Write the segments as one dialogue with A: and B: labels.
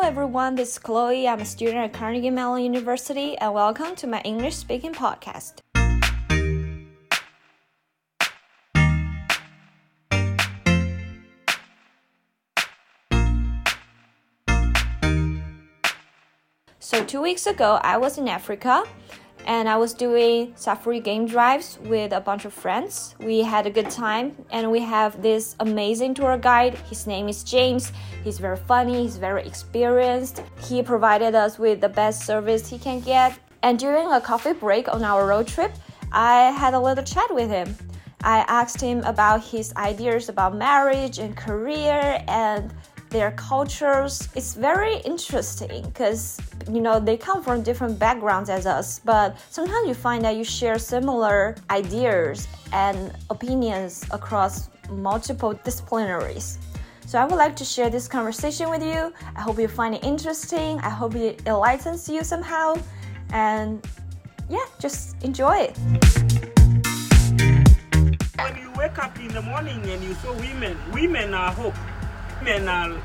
A: everyone, this is Chloe. I'm a student at Carnegie Mellon University, and welcome to my English speaking podcast. So, two weeks ago, I was in Africa and I was doing safari game drives with a bunch of friends. We had a good time and we have this amazing tour guide. His name is James. He's very funny, he's very experienced. He provided us with the best service he can get. And during a coffee break on our road trip, I had a little chat with him. I asked him about his ideas about marriage and career and their cultures. It's very interesting because you know they come from different backgrounds as us, but sometimes you find that you share similar ideas and opinions across multiple disciplinaries. So I would like to share this conversation with you. I hope you find it interesting. I hope it enlightens you somehow. And yeah, just enjoy it.
B: When you wake up in the morning and you saw women, women are hope. Women are,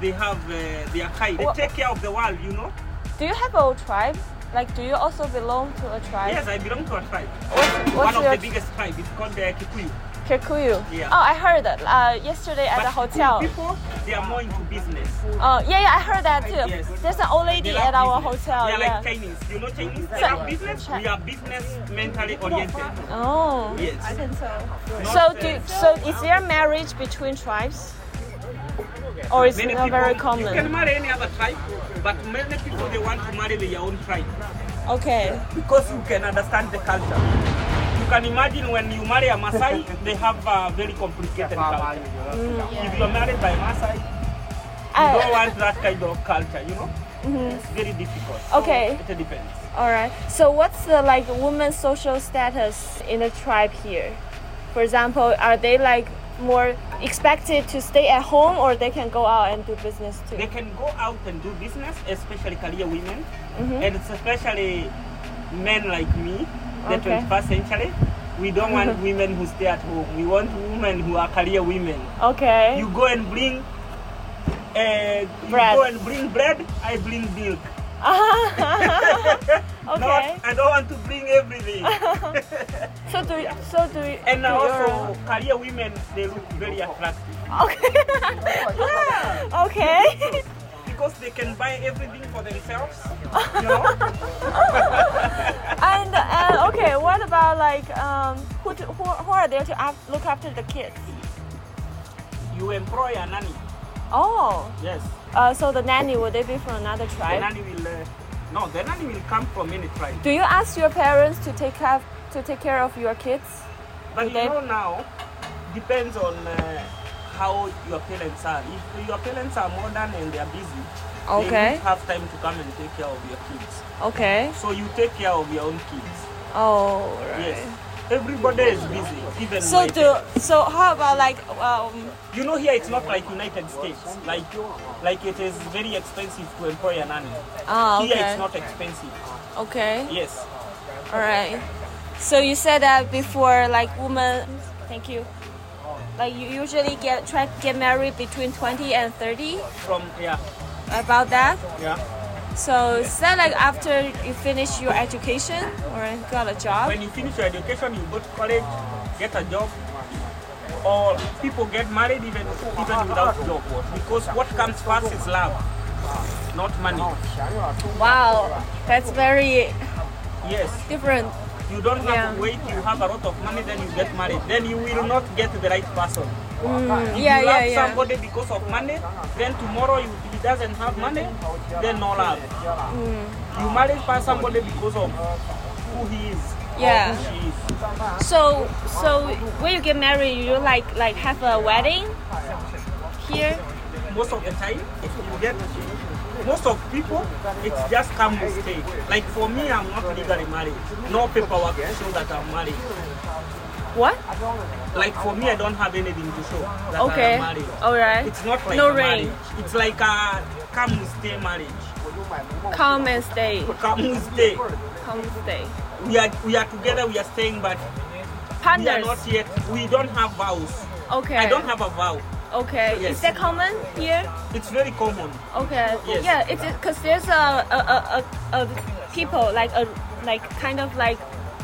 B: they have uh, their kind. They
A: Wha-
B: take care of the world, you know.
A: Do you have a tribe? Like, do you also belong to a tribe?
B: Yes, I belong to a tribe.
A: What's,
B: One
A: what's
B: of
A: your
B: the biggest tribe. It's called the Kikuyu.
A: Kikuyu?
B: Yeah.
A: Oh, I heard that uh, yesterday at
B: But
A: the hotel.
B: Kikuyu people, they are more into business.
A: Oh, yeah, yeah, I heard that too.
B: Yes.
A: There's an old lady
B: They
A: at
B: love
A: our
B: business.
A: hotel.
B: They are
A: yeah.
B: like Chinese. You know Chinese? They
A: So-
B: have business. We are business mentally oriented.
A: oh.
B: Yes. uh,
A: So do so is there marriage between tribes? Or it's
B: Many
A: not
B: people,
A: very
B: You can
A: common?
B: marry any other tribe, but many people they want to marry their own tribe.
A: Okay.
B: because you can understand the culture. You can imagine when you marry a Maasai, they have a very complicated culture.
A: Mm,
B: If you're married by Maasai, you
A: I,
B: don't want that kind of culture, you know? It's very difficult.
A: Mm-hmm. Okay.
B: It depends.
A: all right. So what's the like woman's social status in the tribe here? For example, are they like more expected to stay at home or they can go out and do business too?
B: They can go out and do business, especially career women,
A: Mm-hmm.
B: and it's especially men like me, the
A: Okay. Mm-hmm.
B: 21st century. We don't want women who stay at home. We want women who are career women.
A: Okay.
B: You go and bring uh, you
A: Bread.
B: go and bring bread, I bring milk.
A: okay.
B: Not, I don't want to bring everything.
A: So do you- so do you-
B: and
A: do your-
B: also, career women, they look very attractive
A: Okay. okay.
B: because they can buy everything for themselves. You know?
A: And and okay, what about like um who to, who, who are there to af- look after the kids?
B: you employ a nanny.
A: Oh,
B: Yes.
A: uh, so the nanny would they be from another
B: The
A: tribe?
B: nanny will. Uh, no, the nanny will come from any tribe.
A: Do you ask your parents to take care to take care of your kids?
B: But
A: Okay.
B: you know now, depends on uh, how your parents are. If your parents are modern and they are busy,
A: Okay.
B: they don't have time to come and take care of your kids.
A: Okay.
B: So you take care of your own kids.
A: Oh,
B: Yes. Everybody is busy, even
A: So
B: my
A: do so how about like um
B: You know here it's not like United States. Like like it is very expensive to employ a nanny.
A: ah
B: Here
A: okay
B: it's not expensive.
A: okay
B: Yes.
A: all right. So you said that before like women. Thank you. Like you usually get try get married between twenty and thirty.
B: From yeah.
A: About that.
B: Yeah.
A: So is that like after you finish your education or got a job?
B: When you finish your education you go to college, get a job. Or people get married even even without job. Because what comes first is love, not money.
A: Wow, that's very
B: Yes.
A: different.
B: You don't have
A: Yeah.
B: to wait, you have a lot of money, then you get married. Then you will not get the right person. If
A: Yeah,
B: you
A: yeah,
B: love
A: yeah.
B: somebody because of money, then tomorrow you, he doesn't have money, then no love.
A: Mm.
B: You marry by somebody because of who he is. or
A: Yeah.
B: Who she is.
A: So, so when you get married, you like like have a wedding here.
B: Most of the time, if you get most of people, it's just come mistake. Like for me, I'm not legally married. No paperwork to show that I'm married.
A: What?
B: Like for me, I don't have anything to show that
A: Okay.
B: I'm married.
A: All right.
B: It's not like
A: no
B: a
A: ring.
B: marriage. It's like a come stay marriage.
A: Come and stay.
B: Come stay.
A: Come stay.
B: We are we are together. We are staying, but we are
A: Partners.
B: not yet. We don't have vows.
A: Okay.
B: I don't have a vow.
A: Okay.
B: Yes.
A: Is that common here?
B: It's very common.
A: Okay.
B: Yes.
A: Yeah. It's because there's a a, a a a people like a like kind of like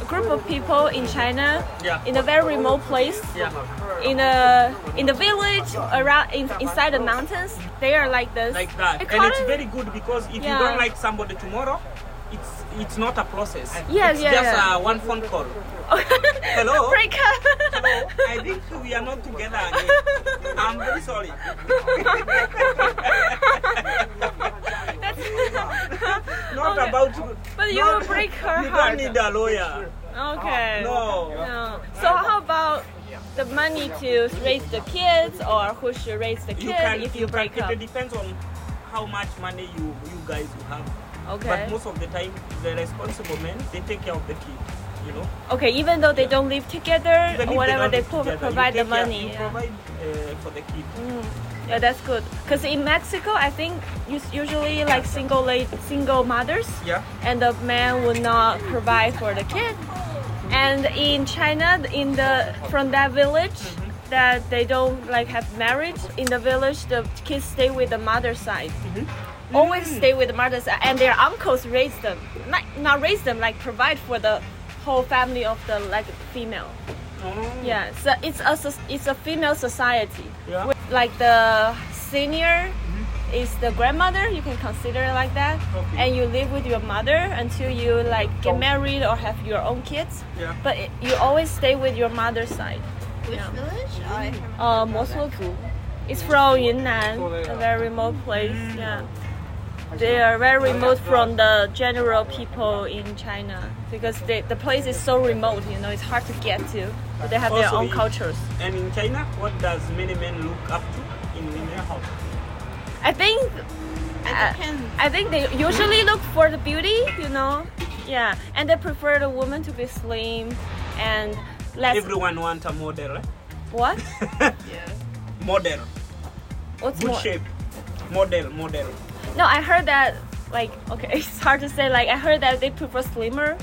A: a group of people in China
B: Yeah.
A: in a very remote place
B: Yeah,
A: in a in the village around in, inside the mountains. They are like this.
B: like that.
A: I
B: And
A: call
B: it's
A: it-
B: very good because if
A: Yeah.
B: you don't like somebody tomorrow, it's it's not a process.
A: Yeah,
B: it's
A: yeah,
B: just
A: yeah.
B: Uh, one phone call. Hello?
A: Break up.
B: Hello, I think we are not together again. I'm very sorry. Not
A: Okay.
B: about you.
A: But you
B: not-
A: will break her
B: You
A: heart.
B: don't need a lawyer.
A: Okay.
B: No.
A: No. So how about the money to raise the kids, or who should raise the
B: You
A: kids
B: can
A: if you
B: can-
A: break up?
B: It depends on how much money you you guys you have.
A: Okay.
B: But most of the time, the responsible men they take care of the kid. You know,
A: Okay. Even though they don't live together,
B: Even if
A: or whatever
B: don't
A: they,
B: live
A: pro-
B: together, you
A: provide the
B: take care-
A: money.
B: You
A: yeah. Mm.
B: provide uh, for the kid.
A: Yeah, that's good. Cause in Mexico, I think us- usually like single la- single mothers,
B: Yeah.
A: and the man would not provide for the kid. And in China, in the from that village, that they don't like have marriage in the village, the kids stay with the mother side. Always stay with the mother side, and their uncles raise them, not, not raise them, like provide for the whole family of the like female.
B: Oh,
A: Yeah, so it's a soc- it's a female society.
B: Yeah.
A: With, Like the senior is the grandmother, you can consider it like that,
B: Okay.
A: and you live with your mother until you like get married or have your own kids.
B: Yeah.
A: But it, you always stay with your mother's side.
C: Which village? Oh, I can't remember.
A: Uh, Mosuogu. It's from Yunnan, a very remote place.
B: Mm.
A: Yeah. They are
B: Oh,
A: very remote from the general people in China because they, the place is so remote, you know, it's hard to get to. But they have their
B: Also,
A: own
B: you-
A: cultures.
B: And in China, what does many men look up to in women?
A: I think uh,
C: It depends.
A: I think they usually look for the beauty, you know. Yeah, and they prefer the woman to be slim and less
B: Everyone wants a model. Eh?
A: what?
B: Model,
A: What's
B: good
A: more?
B: shape. Model, model.
A: No, I heard that like okay, it's hard to say. Like I heard that they prefer slimmer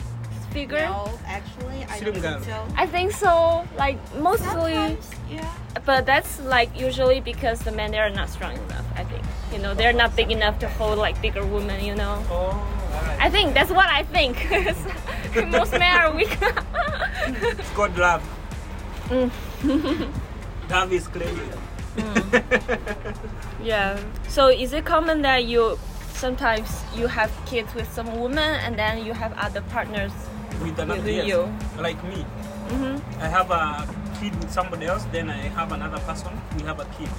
A: figure.
C: No, actually, I don't
B: Slim
C: think so.
A: I think so. Like mostly,
C: Sometimes, yeah.
A: but that's like usually because the men they are not strong enough. I think you know they're not big enough to hold like bigger women. You know.
B: Oh,
A: I think that's what I think. Most men are weak.
B: it's God love.
A: Mm.
B: love is crazy.
A: yeah. So is it common that you sometimes you have kids with some woman and then you have other partners?
B: with another
A: With
B: yes,
A: you. Mm-hmm.
B: like me. I have a kid with somebody else, then I have another person. We have a kid.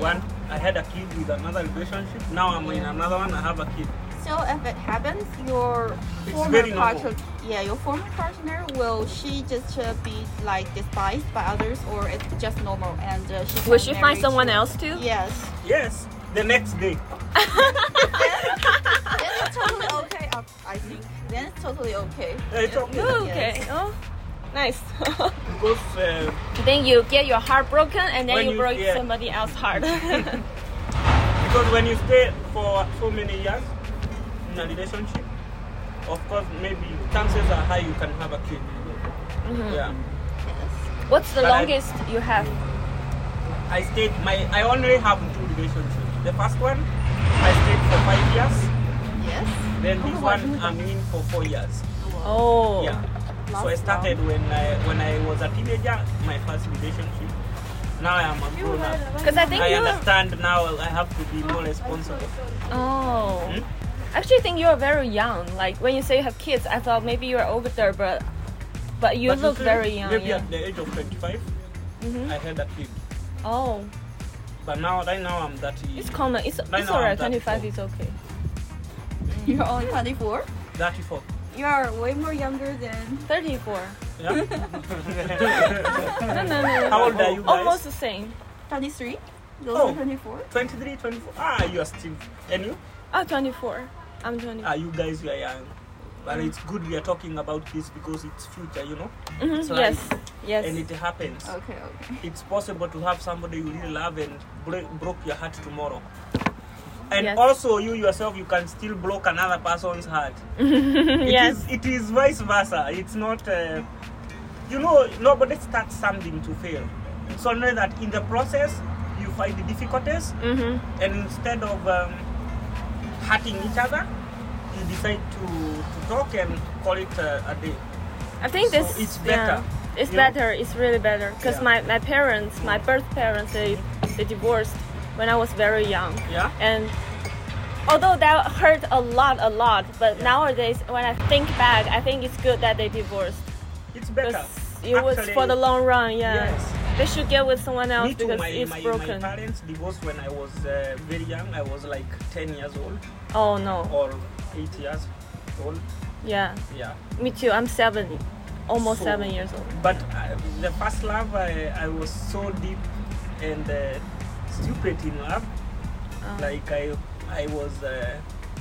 B: One, I had a kid with another relationship. Now I'm in another one. I have a kid.
C: So if it happens, your
B: It's
C: former
B: very normal.
C: partner, yeah, your former partner, will she just uh, be like despised by others, or it's just normal and uh, she?
A: Will
C: can
A: she
C: marry
A: find someone
C: to-
A: else too?
C: Yes,
B: Yes, the next day.
C: then it's totally okay. I, I think then it's totally okay.
B: Uh, It's okay.
A: Oh, okay.
C: Yes.
A: Oh, nice.
B: Because uh,
A: then you get your heart broken and then
B: When
A: you,
B: you-
A: broke
B: yeah.
A: somebody else's heart.
B: because when you stay for so many years in a relationship, of course maybe chances are high you can have a kid.
A: Mm-hmm.
B: Yeah.
A: What's the
B: But I-
A: longest you have?
B: I stayed my I only have two relationships. The first one I stayed for five years.
C: Yes.
B: Then this one I'm in for four years.
A: Oh.
B: Yeah. So I
C: Last
B: started when I when I was a teenager, my first relationship. Now I am a grown up.
A: Because I think
B: I
A: you.
B: understand now I have to be more responsible.
A: Oh.
B: Hmm?
A: I Actually, think you are very young. Like when you say you have kids, I thought maybe you are older, but but you
B: But
A: look
B: usually,
A: very young.
B: Maybe
A: yeah. Mm-hmm.
B: at the age of 25, I had a kid.
A: Oh,
B: But now right now I'm 30,
A: it's common. It's
B: Right
A: it's
B: now I'm
A: alright. Twenty five
B: 34.
A: is okay.
C: You're only 24.
B: 34.
C: You are way more younger than
A: Thirty four.
B: Yeah.
A: No, no, no.
B: How old are you guys?
A: Almost the same.
C: 23. Those
B: Oh.
C: are 24.
B: 23, 24. Ah, you are still. And you?
A: Oh, 24. I'm 20.
B: Ah, you guys you are young. But it's good we are talking about this because it's future, you know,
A: Mhm,
B: it's
A: Yes. Yes.
B: and it happens.
C: Okay, okay.
B: it's possible to have somebody you really love and break, broke your heart tomorrow. And
A: Yes.
B: also, you yourself, you can still block another person's heart. It
A: Mm-hmm. Yes.
B: is- it is vice versa. It's not, uh, you know, nobody starts something to fail. It's only that in the process, you find the difficulties,
A: Mm. Mm-hmm.
B: and instead of um, hurting each other, you decide to, to talk and call it a, a day.
A: I think
B: So
A: this
B: it's better,
A: Yeah, it's
B: you know?
A: better. It's really better because
B: Yeah.
A: my, my parents, my birth parents, they they divorced when I was very young.
B: Yeah.
A: And although that hurt a lot, a lot, but nowadays when I think back, I think it's good that they divorced
B: It's better.
A: because it was for the long run. Yeah.
B: Yes.
A: They should get with someone else
B: Me too.
A: because
B: my,
A: it's
B: my, my
A: broken.
B: parents divorced when I was uh, very young. I was like 10 years old
A: oh no.
B: or 8 years old.
A: Yeah.
B: Yeah.
A: Me too. I'm seven, almost
B: So-
A: seven years old.
B: But uh, the first love, I, I was so deep and uh, stupid in love.
A: Oh.
B: Like I, I was, uh,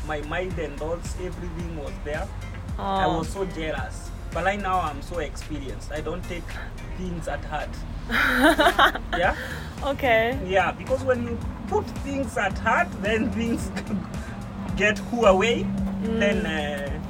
B: my mind and thoughts, everything was there.
A: Oh.
B: I was so jealous. But right now, I'm so experienced. I don't take things at heart. yeah,
A: okay.
B: yeah. Because when you put things at heart, then things get cool away.
C: Mm.
B: Then uh,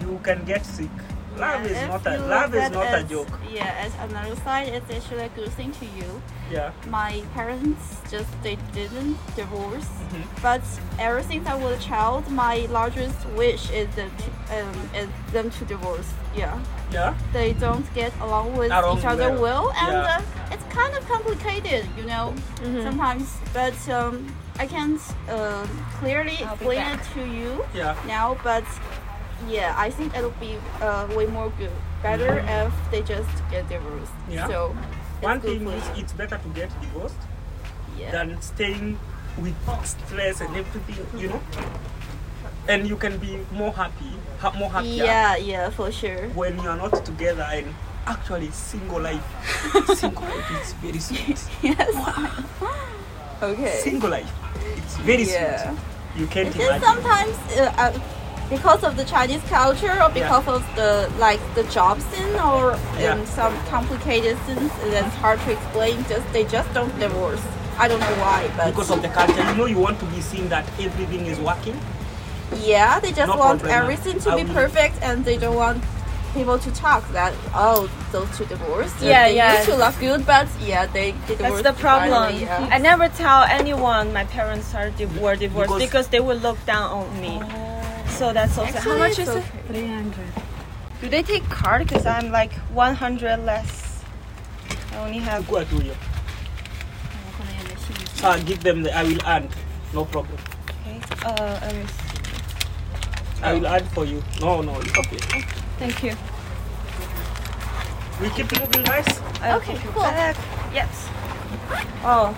B: you can get sick. Love
C: And
B: is
C: if
B: not a
C: you
B: love
C: look
B: is
C: at
B: not a
C: as-
B: joke.
C: Yeah, as another side, it's actually a good thing to you.
B: Yeah.
C: My parents just they didn't divorce,
B: Mm-hmm.
C: but ever since I was a child, my largest wish is them to, um, is them to divorce. Yeah,
B: Yeah.
C: they don't get along with
B: Along
C: each other
B: well.
C: well, and
B: Yeah.
C: uh, it's kind of complicated, you know,
D: Mm-hmm.
C: sometimes. But um, I can't uh, clearly
D: I'll be
C: explain
D: back.
C: it to you
B: Yeah.
C: now, but yeah, I think it'll be uh, way more good, better if they just get divorced.
B: Mm-hmm. Yeah.
C: So it's
B: One
C: good
B: thing
C: for
B: is,
C: you.
B: it's better to get divorced
C: yeah.
B: than staying with stress and everything, you know. And you can be more happy, ha- more happier
C: yeah, yeah, for sure.
B: when you are not together. And actually, single life, single life is very sweet.
C: yes. okay.
B: Single life, it's very
C: Yeah.
B: sweet. You can't
C: Just
B: imagine.
C: sometimes uh, uh, because of the Chinese culture or because of the like the job scene or
B: Yeah.
C: um, some complicated things that's hard to explain. Just they just don't divorce. I don't know why, but
B: Because of the culture, you know, you want to be seen that everything is working.
C: Yeah, they just
B: No
C: want
B: problem.
C: everything to
B: I
C: be
B: will-
C: perfect and they don't want people to talk that oh those two divorced.
A: Yeah,
C: they
A: yeah.
C: used to love good but yeah they, they
A: That's
C: divorced.
A: the problem.
C: finally, yeah.
A: I never tell anyone my parents are di- were divorced
B: Because- Oh.
A: because, they would look down on me. So that's also
C: Actually,
A: how much
C: it's
A: is it?
C: okay.
A: Three hundred. Do they take card? Cause I'm like one hundred less. I only have.
B: Go to you. Uh, give them the. I will add. No problem.
A: Okay. Uh, let me see.
B: I will add for you. No, no, it's okay.
A: thank you.
B: We keep moving, guys.
A: I will
C: Okay,
A: take it
C: cool.
A: Back. Yes. Oh.